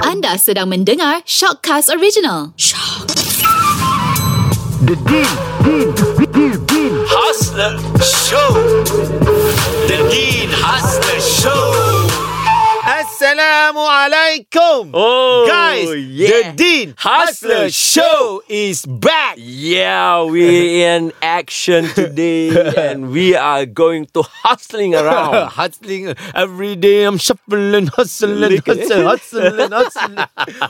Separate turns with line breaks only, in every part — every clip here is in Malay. Anda sedang mendengar Shockcast Original.
The Deal Deal Deal Deal
Hustler Show Ha- The Dean Hustler Show
Assalamualaikum.
Oh
Guys,
yeah.
the Dean Hustler Show is back.
Yeah, we in action today and we are going to hustling around.
hustling every day I'm shuffling, hustling, hustling, hustling, hustling.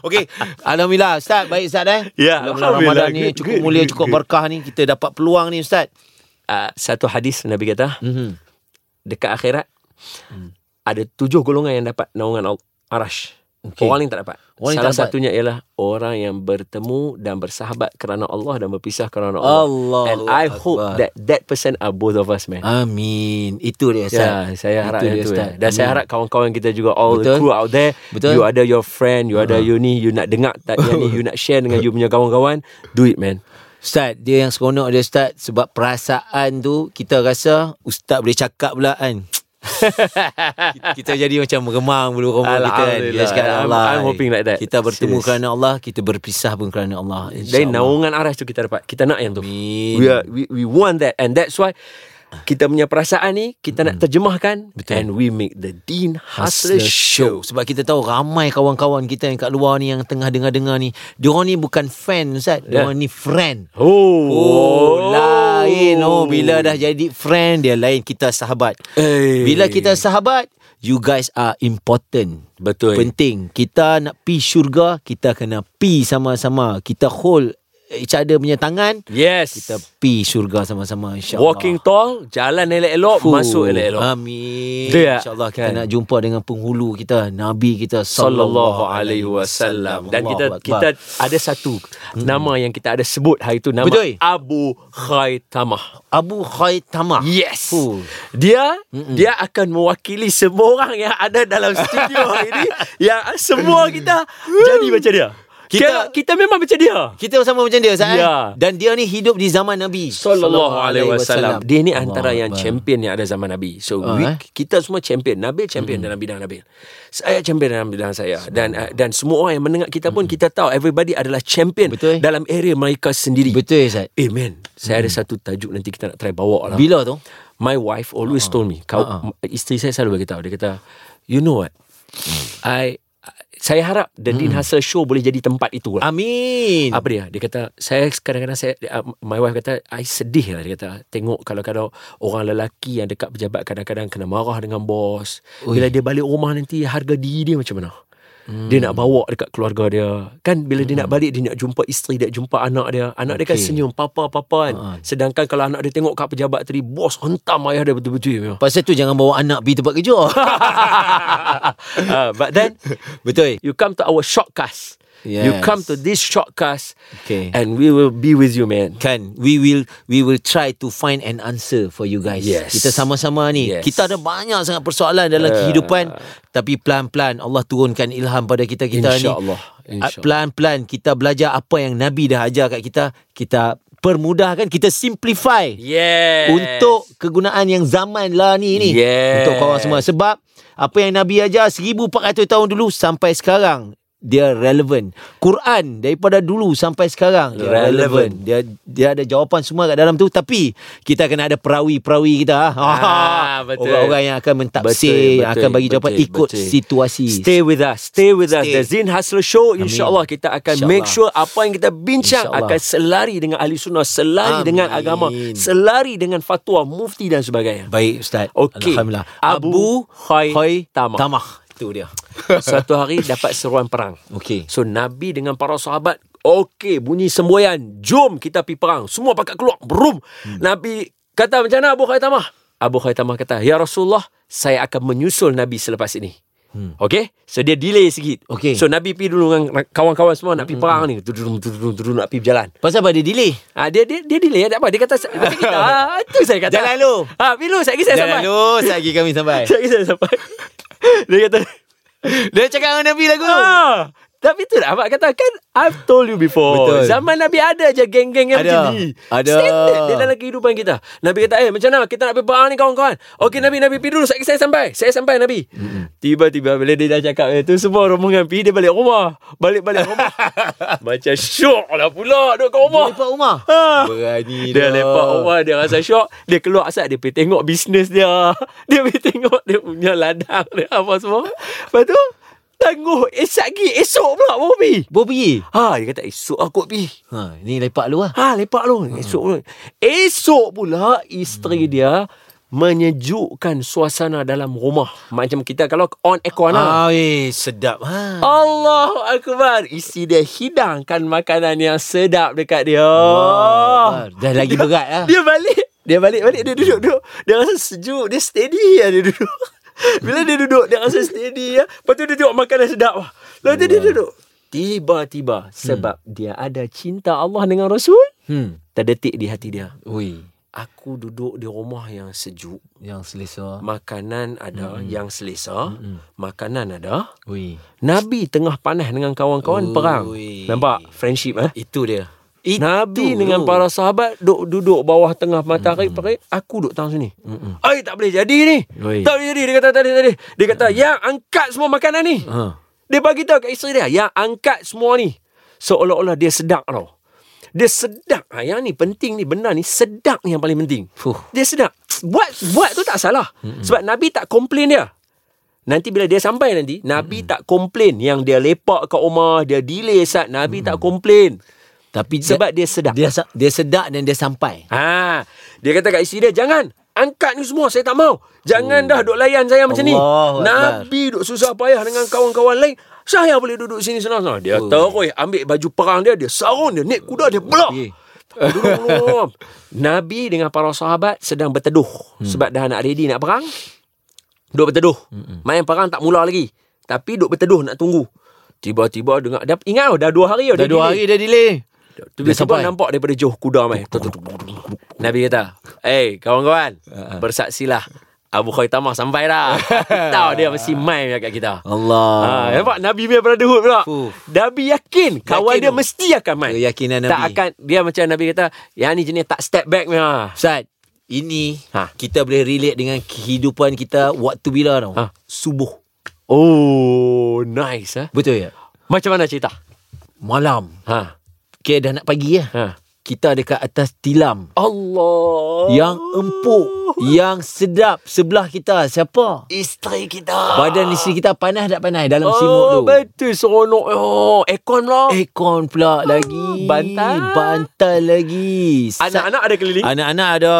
okay, Alhamdulillah Ustaz, baik Ustaz eh?
Ya,
Dalam
Alhamdulillah.
Ramadan ni
Good,
cukup
good,
mulia,
good,
cukup
good.
berkah ni kita dapat peluang ni Ustaz.
Uh, satu hadis Nabi kata,
Mhm.
dekat akhirat
Hmm.
ada tujuh golongan yang dapat naungan Al- Arash.
Okey.
Orang lain tak dapat.
Orang lain
Salah
tak dapat.
satunya ialah orang yang bertemu dan bersahabat kerana Allah dan berpisah kerana Allah.
Allah.
And I hope that that person are both of us, man.
Amin. Itu dia Ustaz.
Ya, saya harap
Itu
yang
dia,
tu.
Ustaz.
Ya. Dan saya
Amin.
harap kawan-kawan kita juga all the
Betul.
crew out there,
Betul. Ah.
you ada your friend, you ada you ni, you nak dengar tak yang ni, you nak share dengan you punya kawan-kawan, do it man.
Ustaz, dia yang seronok dia Ustaz sebab perasaan tu kita rasa Ustaz boleh cakap pula kan. kita jadi macam meremang bulu roma kita kan. Kita
Alhamdulillah.
cakap
I'm-
Allah.
I'm hoping like that.
Kita bertemu
Serious.
kerana Allah, kita berpisah pun kerana Allah.
Dan
InsyaAllah.
naungan arah tu kita dapat. Kita nak yang tu.
Amin.
We, are, we we want that and that's why kita punya perasaan ni kita nak terjemahkan
Hmm. Betul.
and we make the Dean
Hustler
Hustler
Show
Show.
Sebab kita tahu ramai kawan-kawan kita yang kat luar ni Yang tengah dengar-dengar ni Diorang ni bukan fan Ustaz Diorang ni friend
Oh,
Oh, lain oh bila dah jadi friend dia lain kita sahabat.
Eh.
Bila kita sahabat, you guys are important.
Betul.
Penting. Kita nak pi syurga, kita kena pi sama-sama. Kita hold each other punya tangan,
Yes.
kita pi syurga sama-sama insya-Allah.
Walking tall, jalan elok-elok,
Fuh.
masuk elok-elok.
Amin.
Betul tak?
InsyaAllah kita
Kan?
nak jumpa dengan penghulu kita, Nabi kita
sallallahu alaihi wasallam Hmm. dan kita
Allahu
kita
Akbar.
ada satu nama yang kita ada sebut hari itu nama
Betul.
Abu Khaitamah.
Abu Khaitamah.
Yes.
Fuh.
Dia dia akan mewakili semua orang yang ada dalam studio hari ini yang semua kita jadi macam dia. Hmm. Kita
Kita-
Kalau, kita memang macam dia.
Kita sama macam dia Ustaz
Ya.
yeah. Dan dia ni hidup di zaman Nabi
Sallallahu alaihi wasallam. Dia ni
Allah
antara yang
Akbar.
champion yang ada zaman Nabi. So
Ah,
we,
eh?
kita semua champion. Nabil champion dalam bidang Nabil. Saya champion dalam bidang saya. Dan uh, dan semua orang yang mendengar kita pun kita tahu everybody adalah champion
Betul.
dalam area mereka sendiri.
Betul Ustaz
Eh man, saya ada satu tajuk nanti kita nak try bawa lah.
Bila tu?
My wife always told me, kau
Ah,
isteri saya selalu bagi tahu. Dia kata, "You know what?
Mm.
I saya harap The Dean Hustle Show boleh jadi tempat itu lah.
Amin
Apa dia? Dia kata saya kadang-kadang saya uh, my wife kata I sedih lah dia kata tengok kalau-kalau orang lelaki yang dekat pejabat kadang-kadang kena marah dengan bos.
Ui.
Bila dia balik rumah nanti harga diri dia macam mana? Dia
Hmm.
nak bawa dekat keluarga dia. Kan bila dia nak balik dia nak jumpa isteri dia, jumpa anak dia. Anak dia kan
Okey.
senyum papa-papa kan.
Ha.
Sedangkan kalau anak dia tengok kat pejabat tadi bos hentam ayah dia betul-betul.
Pasal tu jangan bawa anak pergi tempat kerja
uh, but then
Betul
You come to our shortcast. You
Yes.
come to this shortcast
Okay.
and we will be with you, man.
Kan We will We will try to find an answer For you guys
Yes.
Kita sama-sama ni
Yes. Eh.
Kita ada banyak sangat persoalan Dalam kehidupan Tapi pelan-pelan Allah turunkan ilham pada kita-kita ni
InsyaAllah.
Ah,
InsyaAllah.
Pelan-pelan kita belajar Apa yang Nabi dah ajar kat kita Kita permudahkan Kita simplify
Yes.
Untuk kegunaan yang zaman lah ni ni
Yes.
Untuk korang semua Sebab Apa yang Nabi ajar 1400 tahun dulu Sampai sekarang Dia relevant Quran Daripada dulu sampai sekarang Dia
Relevant.
relevant, Dia dia ada jawapan semua kat dalam tu Tapi Kita kena ada perawi-perawi kita ah.
Ah, betul.
Orang-orang yang akan
Betul,
mentaksir Yang
betul,
akan bagi jawapan
betul,
Ikut
betul.
situasi
Stay with us. Stay with us.
Stay.
The Zin Hustler Show. InsyaAllah kita akan
InsyaAllah.
make sure apa yang kita bincang
InsyaAllah.
akan selari dengan ahli sunnah.
Amin.
Selari dengan agama. Selari dengan fatwa, mufti dan sebagainya.
Baik Ustaz
Okey.
Alhamdulillah
Abu Khaitamah.
Khaitamah Itu dia
Suatu hari dapat seruan perang.
Okey
So Nabi dengan para sahabat Okey bunyi semboyan Jom kita pergi perang Semua pakat keluar Brum hmm. Nabi kata macam mana Abu Khaitamah Abu Khaitamah kata Ya Rasulullah Saya akan menyusul Nabi selepas ini hmm. Okey So dia delay sikit
Okey. Hmm,
So Nabi pergi dulu dengan kawan-kawan semua Nak pergi perang ni Tudum tudum tudum nak pergi berjalan
Pasal apa dia delay
Ah dia dia dia delay tak apa dia kata macam kita ah, tu saya kata
Jalan lu.
ah pilu saya saya sampai
lulus lagi kami sampai
saya saya sampai dia kata
Dia cakap dengan Nabi lagu
Ah, Tapi itulah Ahmad kata kan I've told you before
Betul.
Zaman Nabi ada je geng-geng
Ada.
MTV
Ada.
Standard dia dalam kehidupan kita Nabi kata eh macam mana kita nak pergi perang ni kawan-kawan Okey Nabi Nabi pergi dulu saya, saya sampai Saya sampai Nabi Tiba-tiba bila dia dah cakap eh, tu semua rombongan pergi dia balik rumah Balik-balik rumah Macam syok lah pula duduk kat rumah
Lepak rumah
Ha.
Berani
Dia
dah.
lepak rumah Dia rasa syok Dia keluar asal Dia pergi tengok bisnes dia Dia pergi tengok Dia punya ladang dia Apa semua Lepas tu Tangguh Esok lagi Esok pula baru pergi
Bawa pergi
Ha dia kata esok aku pergi
ha, Ni lepak lu lah
Ha lepak lu Esok pula Esok pula
Hmm.
Isteri dia Menyejukkan suasana dalam rumah Macam kita Kalau on aircon
Ah,
lah
eh, sedap ha.
Ah. Allahu Akbar Isi dia hidangkan makanan yang sedap dekat dia
Akbar. Dah lagi
Dia-
berat lah.
Dia balik Dia balik-balik Dia duduk-duduk Dia rasa sejuk Dia steady lah dia duduk Bila dia duduk Dia rasa steady lah Lepas tu dia tengok makanan sedap lah Lepas tu dia duduk Tiba-tiba Sebab dia ada cinta Allah dengan Rasul
Hmm
Terdetik di hati dia
Ui
Aku duduk di rumah yang sejuk
Yang selesa
Makanan ada yang selesa Makanan ada
Ui
Nabi tengah panas dengan
Ui.
kawan-kawan perang. Nampak? Friendship eh?
Itu dia
Itu Nabi dengan para sahabat duk duduk bawah tengah
Hmm.
matahari mm-hmm. aku duduk tangan sini. Mm-hmm. Ai tak boleh jadi ni.
Oi. Hmm.
Tak boleh jadi dia kata tadi tadi. Dia kata yang angkat semua makanan ni.
Ha.
Dia bagi tahu kat isteri dia yang angkat semua ni. Seolah-olah dia sedap tau. Dia sedap. Ha, yang ni penting ni benda ni sedap ni yang paling penting.
Fuh.
Dia sedap. Buat buat tu tak salah. Mm-hmm. Sebab Nabi tak komplain dia. Nanti bila dia sampai nanti Nabi tak komplain Yang dia lepak kat rumah Dia delay sat Nabi tak komplain
Tapi dia-
Sebab Ya. dia sedap
dia, sa- dia sedap dan dia sampai
Ha, dia kata kat isteri dia jangan angkat ni semua saya tak mau. Jangan dah duk layan saya macam ni.
Oh. Allahu Akbar.
Nabi duk susah payah dengan kawan-kawan lain. Saya boleh duduk sini senang-senang. Dia
Oh.
terus ambil baju perang dia, dia sarung dia, naik kuda dia belak.
Okey.
Duduk-duduk. Nabi dengan para sahabat sedang berteduh
Hmm.
sebab dah nak ready nak perang. Duk berteduh. Main perang tak mula lagi. Tapi duk berteduh nak tunggu. Tiba-tiba dengar dah ingat tau, dah dua hari tau
Dah
dia
dua
delay.
hari dah delay Dia
Tiba-tiba
sampai.
nampak daripada jauh kuda mai. Tuk, tuk, tuk, tuk, tuk, tuk. Nabi kata, "Eh, kawan-kawan, bersaksilah. Abu Khaitamah sampai dah." Tahu dia mesti main kat kita.
Allah
Ha, nampak Nabi punya brotherhood pula.
Fuh.
Nabi yakin kawan
Yakin
dia
tu.
mesti akan main.
Keyakinan Nabi.
Tak akan dia macam Nabi kata, "Yang ni jenis tak step back punya."
Ustaz Ini
Ha.
Kita boleh relate dengan Kehidupan kita Waktu bila tau
Ha, subuh. Oh, nice ah.
Betul ya
Macam mana cerita?
Malam
Ha.
Okay dah nak pagi ya
Ha.
Kita dekat atas tilam
Allah.
Yang
Oh.
empuk Yang sedap Sebelah kita Siapa?
isteri kita.
Badan isteri kita panas tak panas Dalam
oh,
selimut tu
Betul seronok. Oh, aircon pula.
Aircon pula lagi
bantal.
Bantal lagi Sa-
Anak-anak ada keliling.
Anak-anak ada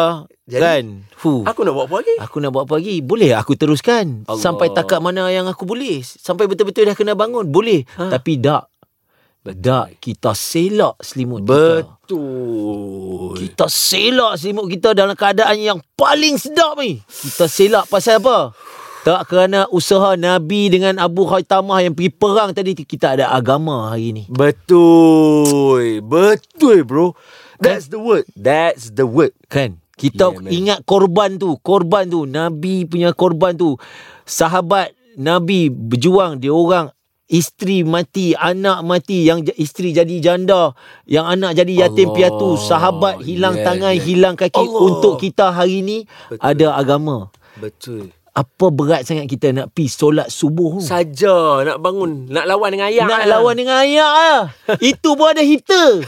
Jadi,
Kan Fuh.
Aku nak buat apa lagi?
Aku nak buat apa lagi Boleh aku teruskan
Allah.
Allah. Sampai takat mana yang aku boleh Sampai betul-betul dah kena bangun Boleh ha. Tapi tak Tak Kita selak selimut kita
Betul.
Kita selak selimut kita Dalam keadaan yang paling sedap ni Kita selak pasal apa tak kerana usaha Nabi dengan Abu Khaitamah yang pergi perang tadi Kita ada agama hari ni
Betul. Betul, bro. That's the word. That's the word.
Kan Kita
Yeah, man.
yeah, ingat korban tu Korban tu Nabi punya korban tu Sahabat Nabi berjuang Dia orang Isteri mati Anak mati Yang j- isteri jadi janda Yang anak jadi yatim
Allah.
piatu Sahabat hilang
Yeah,
tangan
yeah.
Hilang kaki
Allah.
Untuk kita hari ni
Betul.
Ada agama
Betul.
Apa berat sangat kita nak pi Solat subuh tu
Saja nak bangun, nak lawan dengan ayam.
Nak lawan dengan ayak lah Itu pun ada heater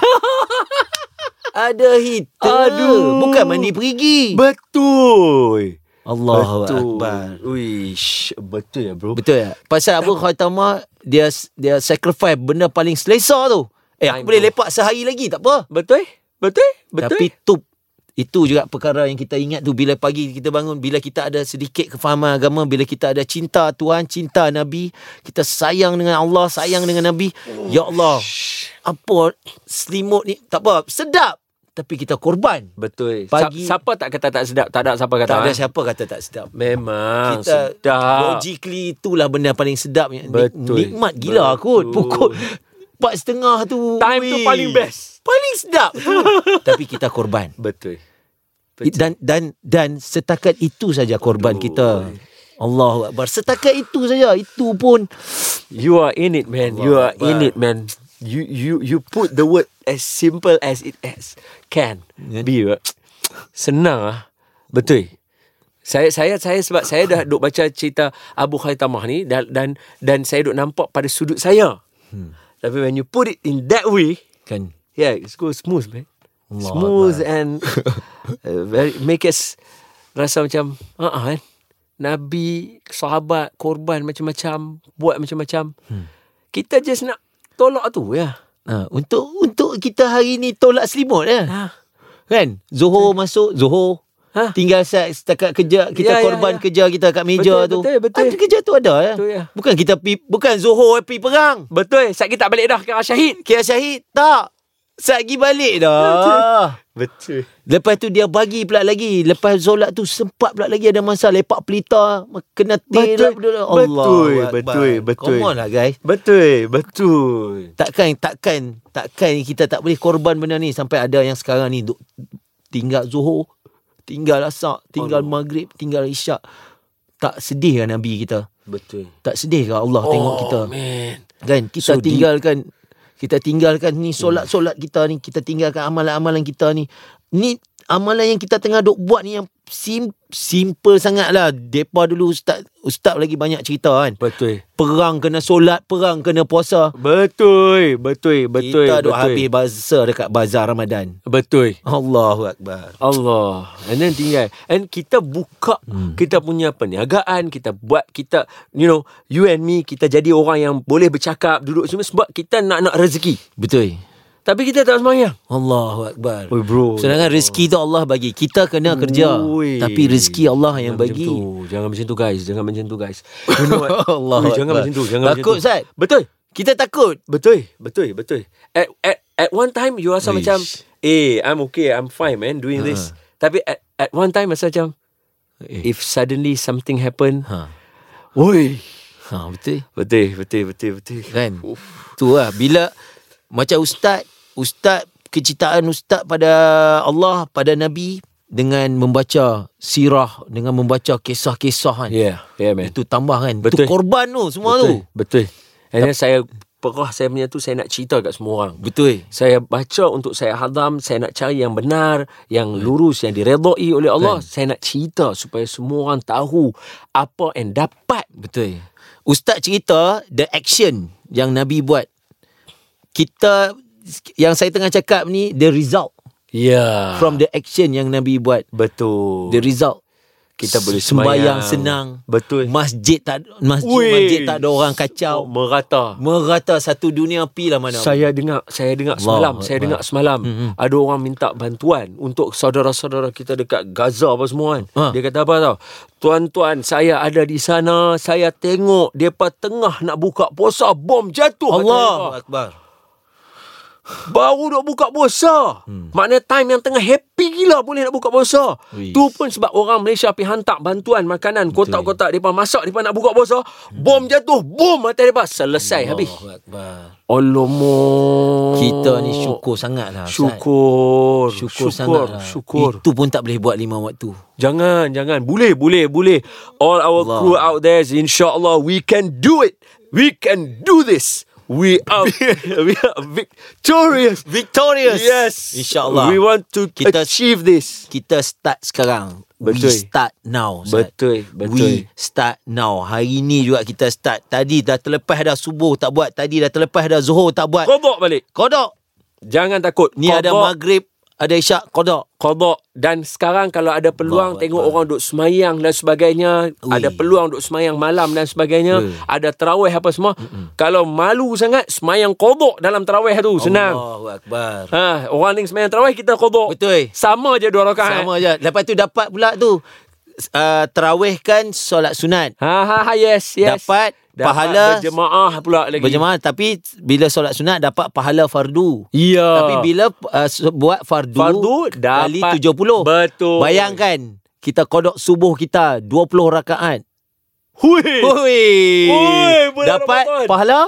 Ada heater
Aduh.
Bukan mandi perigi
Betul.
Allahu
betul.
Akbar
Uish, betul ya, bro.
Betul tak? Pasal Abu Khaitama dia dia sacrifice benda paling selesa tu. Eh
Time
aku boleh
tu.
lepak sehari lagi tak apa.
Betul? Betul? Betul?
Tapi tu itu juga perkara yang kita ingat tu bila pagi kita bangun bila kita ada sedikit kefahaman agama bila kita ada cinta Tuhan cinta Nabi kita sayang dengan Allah sayang dengan Nabi ya Allah apa selimut ni tak apa sedap tapi kita korban
betul.
Pagi-
Sa- siapa tak kata tak sedap? Tak ada siapa kata.
tak ada
eh?
siapa kata tak sedap
Memang
kita
Ah, sedap.
logically itulah benda paling sedap Ni-
Betul.
nikmat gila
Betul.
Betul. kot pukul empat setengah tu
Time tu
weh.
paling best.
paling sedap tu tapi kita korban
Betul.
dan dan dan setakat itu saja korban kita Allahu Akbar. Setakat itu saja. Itu pun
You are in it, man. you are in it, man. You you you put the word as simple as it as can be. right? Senang ah. Betul. Saya saya saya sebab saya dah duk baca cerita Abu Khaitamah ni dan dan dan saya duk nampak pada sudut saya. Hmm. Tapi when you put it in that way,
kan
yeah, it's go smooth, man.
Allah
smooth and uh, very make us rasa macam ah uh-uh, kan. Nabi, sahabat, korban macam-macam, buat macam-macam. Hmm. Kita just nak tolak tu ya.
ha, untuk untuk kita hari ni tolak selimut eh.
Ha.
Kan? Zuhur masuk, Zuhur.
Ha.
Tinggal set setakat kerja kita ya,
Ya, ya,
korban
ya.
ya, kerja kita kat meja
Betul,
tu.
betul, betul.
Ada kerja tu ada ya.
Betul, ya.
Bukan kita pi bukan Zuhur pi perang.
Betul, Sat kita tak balik dah ke arah syahid.
Kira syahid tak. Sat pergi balik dah.
Betul.
Lepas tu dia bagi pula lagi. Lepas zolat tu sempat pula lagi ada masa lepak pelita kena tir
Betul,
lah benda-
betul,
Allahuakbar.
betul, betul.
Come on lah guys.
Betul, betul.
Takkan takkan takkan kita tak boleh korban benda ni sampai ada yang sekarang ni duk tinggal Zuhur, tinggal Asar, tinggal Allah. Maghrib, tinggal Isyak. Tak sedih kan Nabi kita?
Betul.
Tak sedih ke Allah oh, tengok kita?
man.
Kan kita
So Hmm.
so
deep.
tinggalkan kita tinggalkan ni solat-solat kita ni, kita tinggalkan amalan-amalan kita ni. Ni amalan yang kita tengah duk buat ni yang sim, simple sangatlah. Depa dulu ustaz ustaz lagi banyak cerita kan.
Betul.
Perang kena solat, perang kena puasa.
Betul, betul, betul.
Kita duk
betul.
habis bazar dekat bazar Ramadan.
Betul.
Allahu Akbar.
Allah. And then tinggal. And kita buka hmm. kita punya perniagaan, kita buat kita you know, you and me kita jadi orang yang boleh bercakap, duduk semua sebab kita nak nak rezeki.
Betul.
Tapi kita tak semayang.
Allahu Akbar.
Oi, bro.
Sedangkan rezeki tu Allah bagi. Kita kena kerja.
Ui.
Tapi rezeki Allah Ah, yang
Jangan
bagi.
Macam tu. Jangan macam tu guys, jangan macam tu guys. You know what?
Allah
Ui, jangan
Akbar.
macam tu, jangan
Takut,
macam tu.
Zat.
Betul.
Kita takut.
Betul, betul, betul. At at at one time you rasa
Uish.
macam, "Eh, I'm okay, I'm fine man doing this."
Ah.
Tapi at at one time rasa macam
Eh.
if suddenly something happen,
Ha.
woi.
Ha, betul.
Betul, betul, betul, betul.
Kan? Tu lah. Bila macam ustaz, ustaz kecintaan ustaz pada Allah, pada Nabi dengan membaca sirah, dengan membaca kisah-kisah kan.
Yeah, yeah man.
Itu tambah kan.
Ya. Betul.
Itu korban tu semua
betul,
tu.
betul. And then saya perah saya punya tu saya nak cerita kat semua orang.
Betul.
Saya baca untuk saya hadam, saya nak cari yang benar,
Hmm.
yang lurus, yang diredai oleh Allah. Saya nak cerita supaya semua orang tahu apa yang dapat.
Betul. Ustaz cerita the action yang Nabi buat. Kita yang saya tengah cakap ni the result
Yeah.
from the action yang Nabi buat.
betul.
The result
Kita boleh
sembahyang
sembahyang.
senang.
Betul.
Masjid tak masjid
Weh.
masjid tak ada orang
Oh,
kacau.
merata.
Merata satu dunia pi lah mana.
Saya dengar saya dengar
Allah
semalam, saya
Akbar.
dengar semalam mm-hmm. ada orang minta bantuan untuk saudara-saudara kita dekat Gaza apa semua kan.
Ha.
Dia kata apa tau? Tuan-tuan, saya ada di sana, saya tengok depa tengah nak buka puasa, bom jatuh atas mereka.
Allah Akbar.
Baru nak buka puasa. Hmm. Maknanya time yang tengah happy gila boleh nak buka puasa.
Wih.
Tu pun sebab orang Malaysia pergi hantar bantuan makanan kotak-kotak depa masak depa nak buka puasa,
Hmm.
bom jatuh, bom atas depa. Selesai habis.
Allahu Akbar.
Alamak.
Kita ni syukur sangat lah. Ustaz.
Oh. Syukur.
Syukur,
Syukur,
sangat
syukur,
lah.
syukur.
Itu pun tak boleh buat lima waktu.
Jangan, jangan. Boleh, boleh, boleh. All
Allah.
our Allah. crew out there, insyaAllah, we can do it. We can do this. We are, we are victorious.
Victorious.
Yes.
InsyaAllah.
We want to
Kita-
Kita achieve this.
kita start sekarang.
Betul.
We start now. Ustaz.
Betul,
We
betul.
start now. Hari ni juga kita start. Tadi dah terlepas dah subuh tak buat. Tadi dah terlepas dah zuhur tak buat.
Kodok balik.
Kodok.
Jangan takut.
Ni ada maghrib, ada isyak, kodok.
Kodok. Dan sekarang kalau ada peluang
Allah
tengok
Akbar.
orang duk semayang dan sebagainya.
Ui.
Ada peluang duk semayang malam dan sebagainya.
Ui.
Ada terawih apa semua. Kalau malu sangat, semayang kodok dalam terawih tu. Senang.
Allahu Akbar.
Ha, orang ni sembahyang tarawih kita kodok.
Betul.
Sama je dua rakaat.
Sama je. Lepas tu dapat pula tu. Uh, terawih kan solat sunat.
Ha ha ha yes yes.
Dapat pahala-
berjemaah pula lagi.
Berjemaah tapi bila solat sunat dapat pahala fardu.
Ya.
Tapi bila uh, se- buat fardu,
Fardu
kali 70.
dapat- Betul.
Bayangkan kita kodok subuh kita 20 rakaat.
hui
Hui.
Hui, Eh. bulan
Dapat
Ramadan.
pahala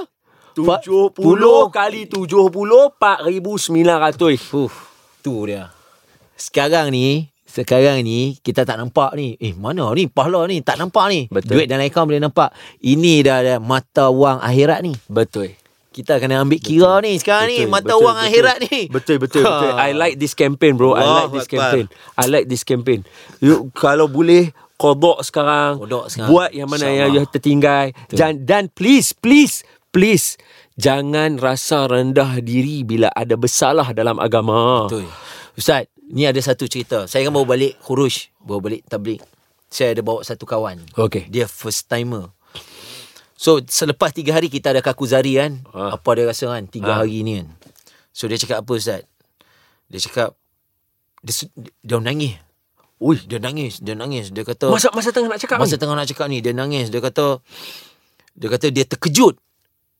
70 kali 70 4900.
Uf, tu dia. Sekarang ni Sekarang ni kita tak nampak ni. Eh mana ni pahala ni tak nampak ni.
Betul.
Duit dalam akaun boleh nampak. Ini dah ada mata wang akhirat ni.
Betul.
Kita kena ambil kira ni sekarang ni
Betul,
mata
betul,
wang
betul.
akhirat ni.
Betul betul betul.
Ha.
I like this campaign bro. I
Allah
like this
Akbar.
campaign. I like this campaign. You, kalau boleh kodok sekarang.
Kodok sekarang.
Buat yang mana yang you
InsyaAllah.
tertinggal. Dan, dan please please please jangan rasa rendah diri bila ada bersalah dalam agama.
Betul. Ustaz, ni ada satu cerita. Saya kan baru balik Khuruj, baru balik tablik. Saya ada bawa satu kawan.
Okey.
Dia first timer. So selepas tiga hari kita ada kakuzari kan.
Ah.
Apa dia rasa kan tiga
Ah.
hari ni kan. So dia cakap apa Ustaz? Dia cakap dia, se- dia nangis. Ui, dia nangis, dia nangis. Dia kata
Masa masa tengah nak cakap.
Masa
Masa
tengah nak cakap ni Dia nangis Dia kata Dia kata dia terkejut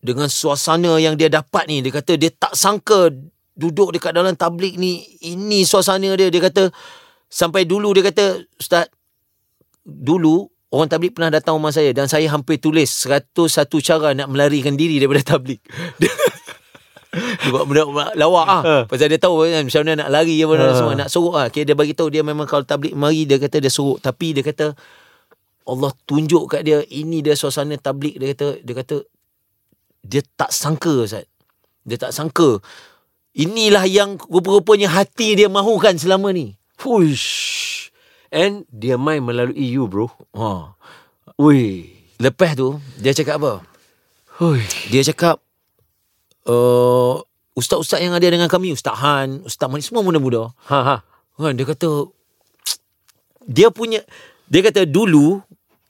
Dengan suasana yang dia dapat ni Dia kata dia tak sangka Duduk dekat dalam tablik ni Ini suasana dia Dia kata Sampai dulu dia kata Ustaz Dulu Orang tablik pernah datang rumah saya Dan saya hampir tulis 101 cara nak melarikan diri daripada tablik Dia dia buat benda lawak ah. Pasal dia tahu kan macam mana nak lari apa benda semua nak sorok ah. Okay, dia bagi tahu dia memang kalau tablik mari dia kata dia sorok tapi dia kata Allah tunjuk kat dia ini dia suasana tablik dia kata dia kata dia tak sangka Ustaz. Dia tak sangka. Inilah yang rupa-rupanya hati dia mahukan selama ni.
push. And dia main melalui you bro.
Ha.
Ui.
Lepas tu dia cakap apa?
Ui.
Dia cakap uh, ustaz-ustaz yang ada dengan kami, Ustaz Han, Ustaz Mani semua muda-muda.
Ha ha.
Kan dia kata dia punya dia kata dulu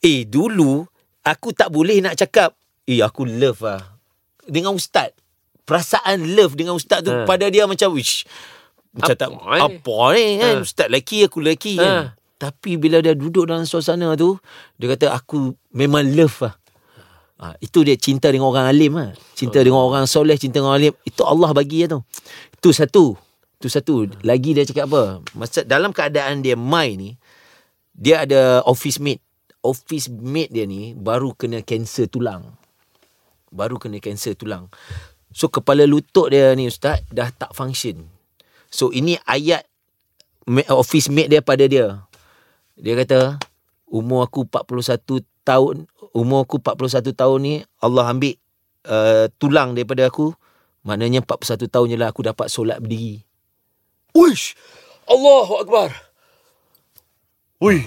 eh dulu aku tak boleh nak cakap eh aku love lah dengan ustaz. Perasaan love dengan ustaz tu
Ha.
pada dia macam wish macam tak
Apa ni?
apa ni kan
Ha.
ustaz lelaki aku lelaki kan.
Ha.
Tapi bila dia duduk dalam suasana tu dia kata aku memang love lah. Ha, itu dia cinta dengan orang alim lah. Cinta dengan orang soleh, cinta dengan orang alim. Itu Allah bagi dia tu. Itu satu. Itu satu. Lagi dia cakap apa? Masa dalam keadaan dia mai ni, dia ada office mate. Office mate dia ni baru kena kanser tulang. Baru kena kanser tulang. So kepala lutut dia ni ustaz dah tak function. So ini ayat ma- office mate dia pada dia. Dia kata umur aku 41 tahun, umur aku 41 tahun ni Allah ambil uh, tulang daripada aku. Maknanya 41 tahun je lah aku dapat solat berdiri.
Uish. Allahu akbar. Ui.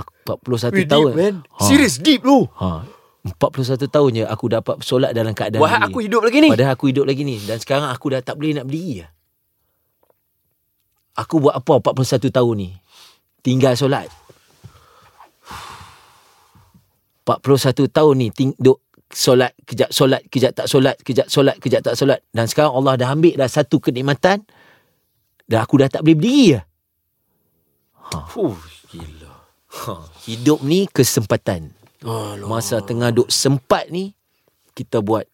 Aku 41
Ui,
tahun.
deep man. Serious deep lu.
Ha. 41 tahun je aku dapat solat dalam keadaan
Wahai
berdiri.
aku hidup lagi ni.
Padahal aku hidup lagi ni Dan sekarang aku dah tak boleh nak berdiri lah. Aku buat apa 41 tahun ni Tinggal solat 41 tahun ni ting, duk, Solat Kejap solat Kejap tak solat Kejap solat Kejap tak solat Dan sekarang Allah dah ambil dah satu kenikmatan Dan aku dah tak boleh berdiri lah
Fuh, gila.
Hidup ni kesempatan
Alah.
Masa tengah duk sempat ni Kita buat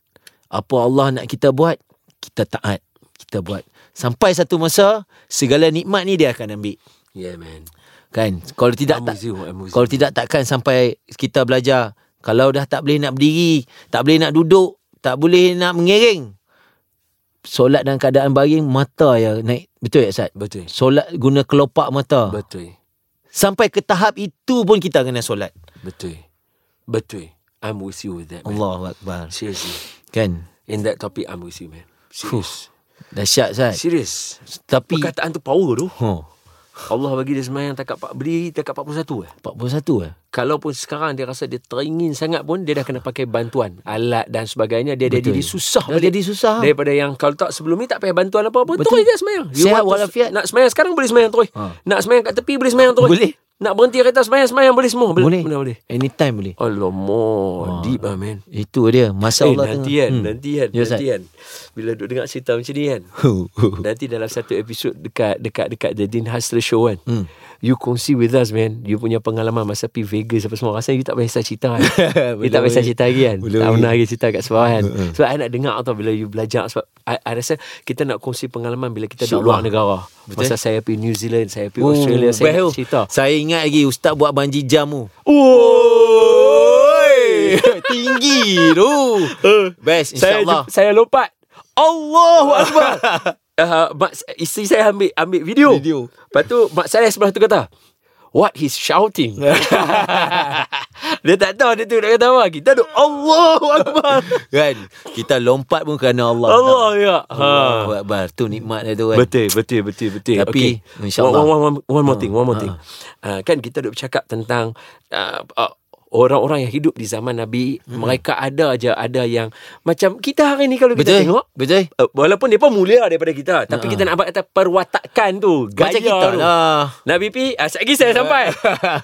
Apa Allah nak kita buat Kita taat Kita buat Sampai satu masa Segala nikmat ni dia akan ambil
Yeah, man.
Kan Kalau tidak
I'm
tak
with you, I'm with
Kalau
you.
tidak takkan sampai Kita belajar Kalau dah tak boleh nak berdiri Tak boleh nak duduk Tak boleh nak mengering Solat dalam keadaan baring Mata ya naik Betul ya Ustaz?
Betul.
Solat guna kelopak mata
Betul.
Sampai ke tahap itu pun kita kena solat
Betul. Betul. I'm with you with that, man.
Allahu Akbar
Seriously.
Kan
In that topic, I'm with you, man. Serious.
Dahsyat Ustaz
Serious.
Tapi ha,
Perkataan tu power tu.
Huh.
Allah bagi dia semayang takat pak beli takat 41 eh.
41 eh?
Kalaupun sekarang dia rasa dia teringin sangat pun dia dah kena pakai bantuan alat dan sebagainya dia dah
Betul.
jadi susah
Dah jadi susah.
daripada yang kalau tak sebelum ni tak payah bantuan apa-apa
Ah. Betul.
terus je semayang
Sihat
You want to-
walafiat.
nak semayang sekarang boleh semayang terus
Ha.
nak semayang kat tepi boleh semayang terus
Boleh.
nak berhenti kereta semayang semayang boleh semua
Boleh.
boleh, boleh.
Anytime boleh.
Alamak
Ha.
Deep lah man
Itu dia. Masa
Eh,
Allah tengah-
nanti kan,
Hmm.
nanti kan,
Ya,
nanti
Ustaz.
kan. Bila duk dengar cerita macam ni kan. nanti dalam satu episod dekat dekat dekat The Dean Hustler Show kan. Hmm. You kongsi with us man You punya pengalaman Masa pergi Vegas apa semua Rasanya you tak payah cerita kan You
Belum
tak payah
lagi.
cerita lagi kan
Belum Hmm.
Tak
lagi.
pernah lagi cerita kat sebab kan Sebab I nak dengar tau Bila you belajar Sebab I, I rasa Kita nak kongsi pengalaman Bila kita duduk luar
InsyaAllah.
negara
Betul.
Masa saya pergi New Zealand Saya pergi
Oh,
Australia Saya
best
nak
tu.
cerita
Saya ingat lagi ustaz buat banji jamu.
Oi
Tinggi tu. Eh, Best
saya
insya-Allah.
saya lompat. Allahu akbar. Uh, mak isteri saya ambil ambil video.
Video.
Lepas tu mak saya sebelah tu kata, what he's shouting. dia tak tahu dia tu nak kata apa. Kita duk Allahu Akbar.
Kan Kita lompat pun kerana Allah
Allah ya. Ha.
Allahu Akbar Tu nikmat dia tu kan
Betul, betul, betul, betul.
Tapi,
okay.
insyaAllah. Ha.
One, one, one, one more thing, one more thing. Uh, kan kita duk bercakap tentang uh, uh, orang-orang yang hidup di zaman Nabi,
Hmm.
mereka ada aja ada yang macam kita hari ni kalau kita
Betul
tengok
Betul
Uh, walaupun mereka mulia daripada kita Tapi kita nak kata perwatakan tu Gaya
Ha. Macam kita
tu
lah
Nabi P ah, Sekejap lagi saya sampai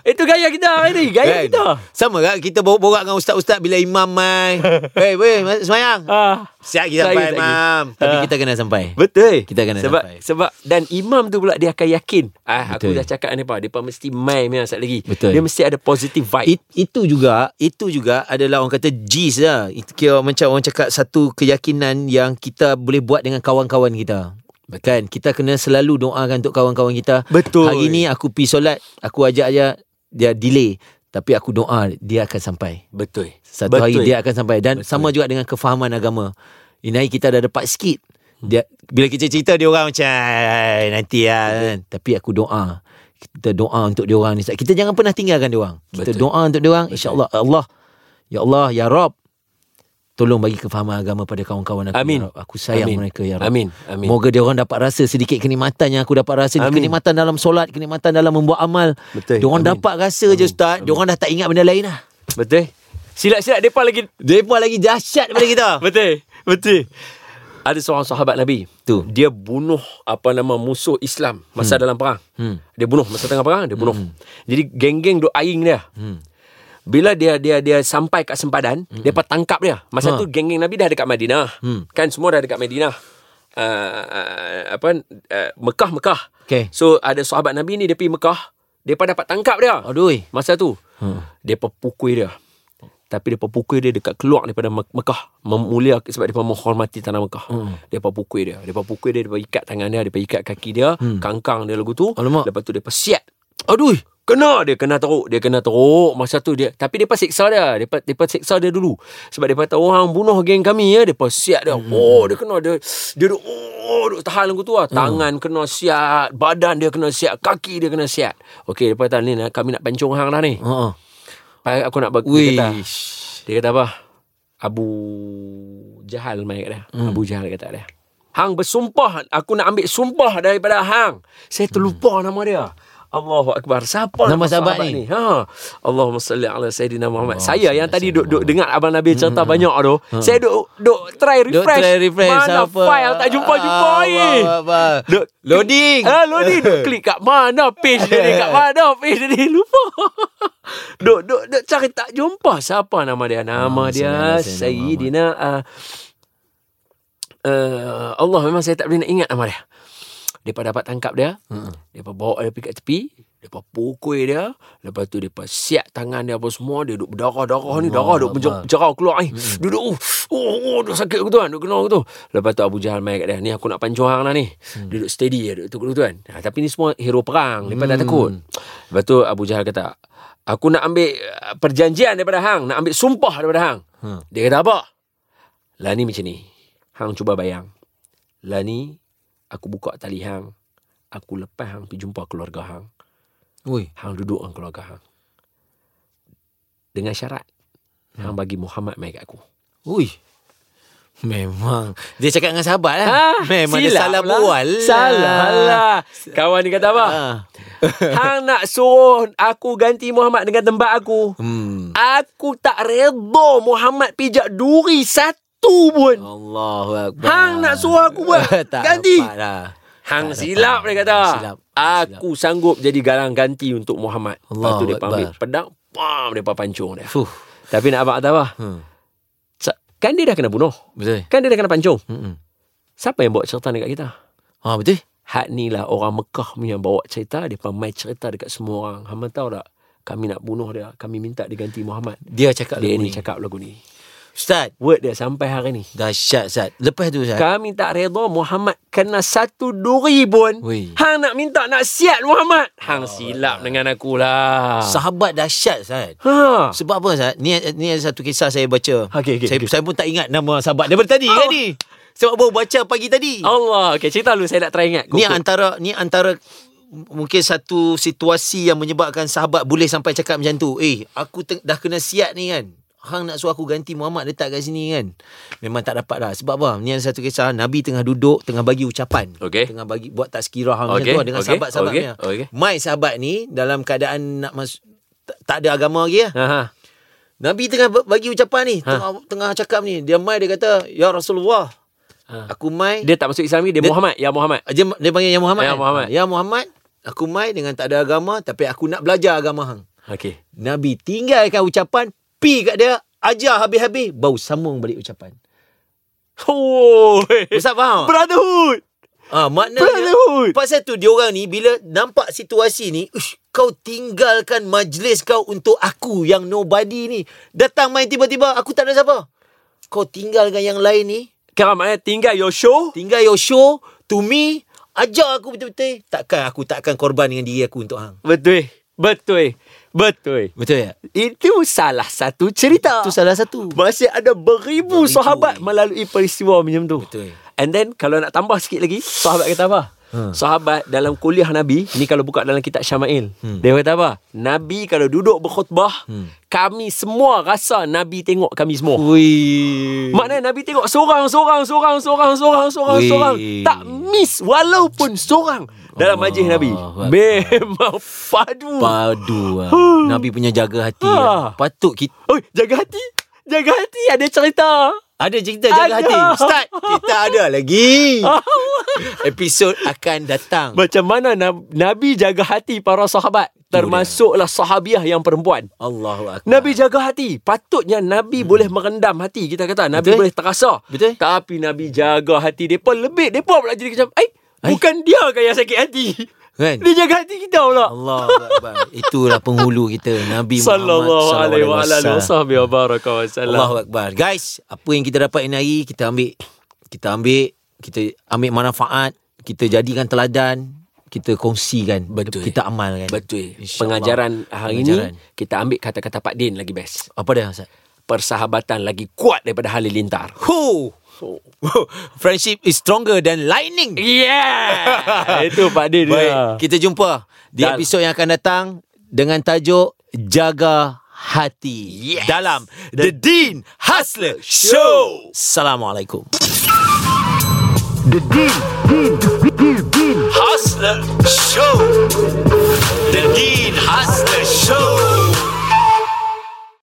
Itu gaya kita hari ni Gaya
Kan?
kita
Sama kan Kita borak-borak dengan ustaz-ustaz Bila imam mai Weh weh Semayang
ah,
Siap kita
Saya
sampai Ah.
tak
imam Tapi kita kena sampai
Betul
Kita kena
sebab,
sampai.
Sebab Dan imam tu pula Dia akan yakin ah, Aku
Betul.
dah cakap ni pak Dia pun mesti main punya sekejap lagi
Betul.
Dia mesti ada positive vibe
It, itu juga itu juga adalah orang kata G's lah Itu kira macam orang cakap satu keyakinan yang kita boleh buat dengan kawan-kawan kita kan kita kena selalu doakan untuk kawan-kawan kita
Betul.
hari ni aku pi solat aku ajak aja dia delay tapi aku doa dia akan sampai
Betul
satu Betul. hari
Betul.
dia akan sampai dan Betul. sama juga dengan kefahaman agama ini kita dah dapat sikit dia bila kita cerita dia orang macam "Ai, nanti lah kan tapi aku doa kita doa untuk dia orang ni Ustaz. kita jangan pernah tinggalkan dia orang kita
Betul.
Betul. doa untuk dia orang insyaallah Allah ya Allah ya Rob tolong bagi kefahaman agama pada kawan-kawan aku
Amin.
ya Rab. aku sayang
Amin.
mereka ya Rob
Amin. Amin.
moga dia orang dapat rasa sedikit kenikmatan yang aku dapat rasa
Amin.
kenikmatan dalam solat kenikmatan dalam membuat amal
Betul.
dia orang
Amin.
dapat rasa je ustaz dia orang dah tak ingat benda lain lah
Betul Silap-silap Mereka lagi
Depa lagi dahsyat daripada kita.
Betul Betul ada seorang sahabat Nabi
Tu.
Dia bunuh Apa nama Musuh Islam Masa dalam perang hmm. Dia bunuh Masa tengah perang Dia bunuh Jadi geng-geng Duk aing dia hmm. Bila dia dia dia sampai kat sempadan hmm. Dia tangkap dia
Ha.
Masa tu geng-geng Nabi Dah dekat Madinah
Hmm.
Kan semua dah dekat Madinah uh, uh, Apa uh, Mekah Mekah
Okey.
So ada sahabat Nabi ni Dia pergi Mekah Dia dapat tangkap dia
Aduh.
Masa tu hmm. Dia pukul dia Tapi dia pukul dia Dekat keluar daripada Mek- Mekah Memulia Sebab dia menghormati tanah Mekah hmm. Dia pukul dia Dia pukul dia Dia ikat tangan dia Dia ikat kaki dia hmm. Kangkang dia lagu tu
Alamak.
Lepas tu dia siat Aduh Kena dia kena teruk Dia kena teruk Masa tu dia Tapi dia siksa dia Dia dia siksa dia dulu Sebab dia kata Orang bunuh geng kami ya Dia siat dia hmm. Oh dia kena Dia dia duk Oh duk tahan lagu tu lah Tangan kena siat Badan dia kena siat Kaki dia kena siat Okey dia kata ni nak- Kami nak pancung hang lah ni
Ha. Uh-uh.
Pak, Aku nak bagi
Wish.
dia kata. Dia kata apa? Abu Jahal mai kat dia. Hmm. Abu Jahal kata dia. Hang bersumpah, aku nak ambil sumpah daripada hang. Saya terlupa hmm. nama dia. Allahu akbar. Siapa
Nama sahabat ni? Oh,
Ha. Allahumma salli ala sayyidina Muhammad. saya yang tadi duk duk dengar abang Nabi cerita banyak tu. Saya duk duk try refresh.
Duk Hmm. try refresh
Mana
apa?
file tak jumpa-jumpa
Ah,
ni.
apa, apa.
Duk-
Loading.
Ah, loading. Duk klik kat mana page dia ni, kat mana page dia ni. Lupa. Duk, duk, duk cari tak jumpa siapa nama dia. Nama
Ah,
dia
Sayyidina
Sayyidina. Uh, uh, Allah memang saya tak boleh nak ingat nama dia. Dia pun dapat tangkap dia. Hmm. Dia pun bawa dia pergi kat tepi. Dia pun pukul dia. Lepas tu dia pun siap tangan dia apa semua. Dia duduk berdarah-darah ni. Darah duduk menjer- jerau keluar ni. Dia duduk. Oh, oh, oh duduk sakit aku tu kan. Duduk kena aku tu. Lepas tu Abu Jahal main kat dia. Ni aku nak pancung hang lah ni. Hmm. Dia duduk steady dia. Duduk tu, tu kan. Ha, tapi ni semua hero perang. Dia pun tak takut. Lepas tu Abu Jahal kata. Aku nak ambil uh, perjanjian daripada hang. Nak ambil sumpah daripada hang. Hmm. Dia kata apa? Lah ni macam ni. Hang cuba bayang. Lah ni aku buka tali hang. Aku lepas hang pergi jumpa keluarga hang.
Ui.
Hang duduk dengan keluarga hang. Dengan syarat. Hmm. Hang bagi Muhammad mai kat aku.
Ui. Memang Dia cakap dengan sahabat lah
Ah,
Memang dia
silap
salah
lah.
bual lah.
Salah lah. Kawan ni kata apa?
Ah.
hang nak suruh aku ganti Muhammad dengan tempat aku.
Hmm.
Aku tak reda Muhammad pijak duri satu pun.
Allahu Akbar
Hang nak suruh aku buat?
Tak
Ganti.
dapat lah
Hang
Tak dapat.
silap dia kata.
Silap.
Aku sanggup jadi garang ganti untuk Muhammad. Lepas tu
Allahu
dia ambil
Akbar.
pedang, pam dia pancung dia.
Fuh.
Tapi nak abang kata apa?
Hmm.
Sa- Kan dia dah kena bunuh.
Betul
Kan dia dah kena pancung.
Mm-mm.
Siapa yang bawa cerita dekat kita?
Ha betul
Hak ni lah orang Mekah punya yang bawa cerita. Dia pun main cerita dekat semua orang. Hamba tahu tak? Kami nak bunuh dia. Kami minta dia ganti Muhammad.
Dia cakap
Dia
lagu
ni
ni.
cakap lagu ni.
Ustaz
Word dia sampai hari ni.
Dahsyat Ustaz Lepas tu Ustaz
Kami tak reda Muhammad kena satu duri pun.
Weh.
Hang nak minta nak siat Muhammad. Hang silap dengan lah. akulah.
Sahabat dahsyat Ustaz
Ha.
Sebab apa Ustaz? Ni, ni ada satu kisah saya baca.
Okey, okey,
saya,
okey.
saya pun tak ingat nama sahabat daripada tadi oh. kan ni. Sebab baru baca pagi tadi.
Allah. Okay, cerita dulu saya nak try ingat.
Ni antara ni antara m- mungkin satu situasi yang menyebabkan sahabat boleh sampai cakap macam tu. Eh, aku teng- dah kena siat ni kan. Hang nak suruh aku ganti Muhammad letak kat sini kan. Memang tak dapat lah. Sebab apa? Ni ada satu kisah. Nabi tengah duduk, tengah bagi ucapan.
Okey.
Tengah bagi buat tazkirah hang macam tu
Okey,
lah dengan
okey,
sahabat-sahabatnya.
okey, okey.
My sahabat ni dalam keadaan nak masuk, tak, tak ada agama lagi lah.
Aha.
Nabi tengah ba- bagi ucapan ni, ha. tengah tengah cakap ni. Dia mai dia kata, "Ya Rasulullah."
Ha.
Aku mai dia,
Dia tak masuk Islam lagi. Dia,
Dia-
Muhammad. Ya Muhammad.
dia, dia panggil Ya Muhammad.
Ya
kan?
Muhammad.
Ya Muhammad, aku mai dengan tak ada agama tapi aku nak belajar agama hang.
Okey.
Nabi tinggalkan ucapan, pi kat dia, ajar habis-habis, baru sambung balik ucapan.
Oh.
Ustaz faham? tak?
Brotherhood.
Ah, maknanya
Brotherhood.
Pasal tu diorang ni bila nampak situasi ni, ush, kau tinggalkan majlis kau untuk aku yang nobody ni. Datang main tiba-tiba aku tak ada siapa. Kau tinggalkan yang lain ni,
Sekarang maknanya tinggal your show.
tinggal your show to me, ajar aku betul-betul. Takkan aku takkan korban dengan diri aku untuk hang.
Betul. Betul. Betul.
Betul ya?
Itu salah satu cerita.
Itu salah satu.
Masih ada beribu,
Beribu.
sahabat melalui peristiwa macam tu.
Betul. Ha.
And then kalau nak tambah sikit lagi, sahabat kata apa? Hmm. Sahabat dalam kuliah Nabi, ni kalau buka dalam kitab Syama'il, hmm. dia kata apa? Nabi kalau duduk berkhutbah, hmm. kami semua rasa Nabi tengok kami semua.
Ui.
Maknanya Nabi tengok seorang, seorang, seorang, seorang, seorang, seorang,
Hmm. Weh.
seorang. Tak miss walaupun seorang dalam majlis Nabi.
Akbar.
Memang padu.
Padu lah. Nabi punya jaga hati
Ah.
lah. Patut kita
Oi, jaga hati. Jaga hati ada cerita.
Ada cerita jaga
Ada.
hati. Start. Kita ada lagi. Episod akan datang.
Hmm. Macam mana Nab- Nabi jaga hati para sahabat. Termasuklah sahabiah yang perempuan.
Allahu akbar.
Nabi jaga hati. Patutnya Nabi hmm. boleh merendam hati. Kita kata Nabi
Betul.
boleh terasa.
Betul.
Tapi Nabi jaga hati depa lebih. Depa pula jadi macam, "Ai,
Ai.
bukan dia kan yang sakit hati."
Kan?
Dia jaga hati kita pula.
Allahu akbar. Itulah penghulu kita Nabi Muhammad
sallallahu alaihi wa ala alihi
wasallam.
wasahbihi wa baraka wa sallam.
Allahu akbar. Guys, apa yang kita dapat ini hari kita ambil kita ambil kita ambil manfaat, kita jadikan teladan, kita kongsikan,
Betul.
kita amalkan.
Betul.
InsyaAllah.
Pengajaran hari
Pengajaran.
ini kita ambil kata-kata Pak Din lagi best.
apa dia Ustaz?
Persahabatan lagi kuat daripada halilintar.
Ho. Friendship is stronger than lightning.
Yeah. Itu Pak Din.
Baik,
dia.
kita jumpa di
Dal-
episod yang akan datang dengan tajuk Jaga Hati
Yes.
dalam The Dean Hustler Show. Assalamualaikum.
The Dean, Dean, Dean, Dean.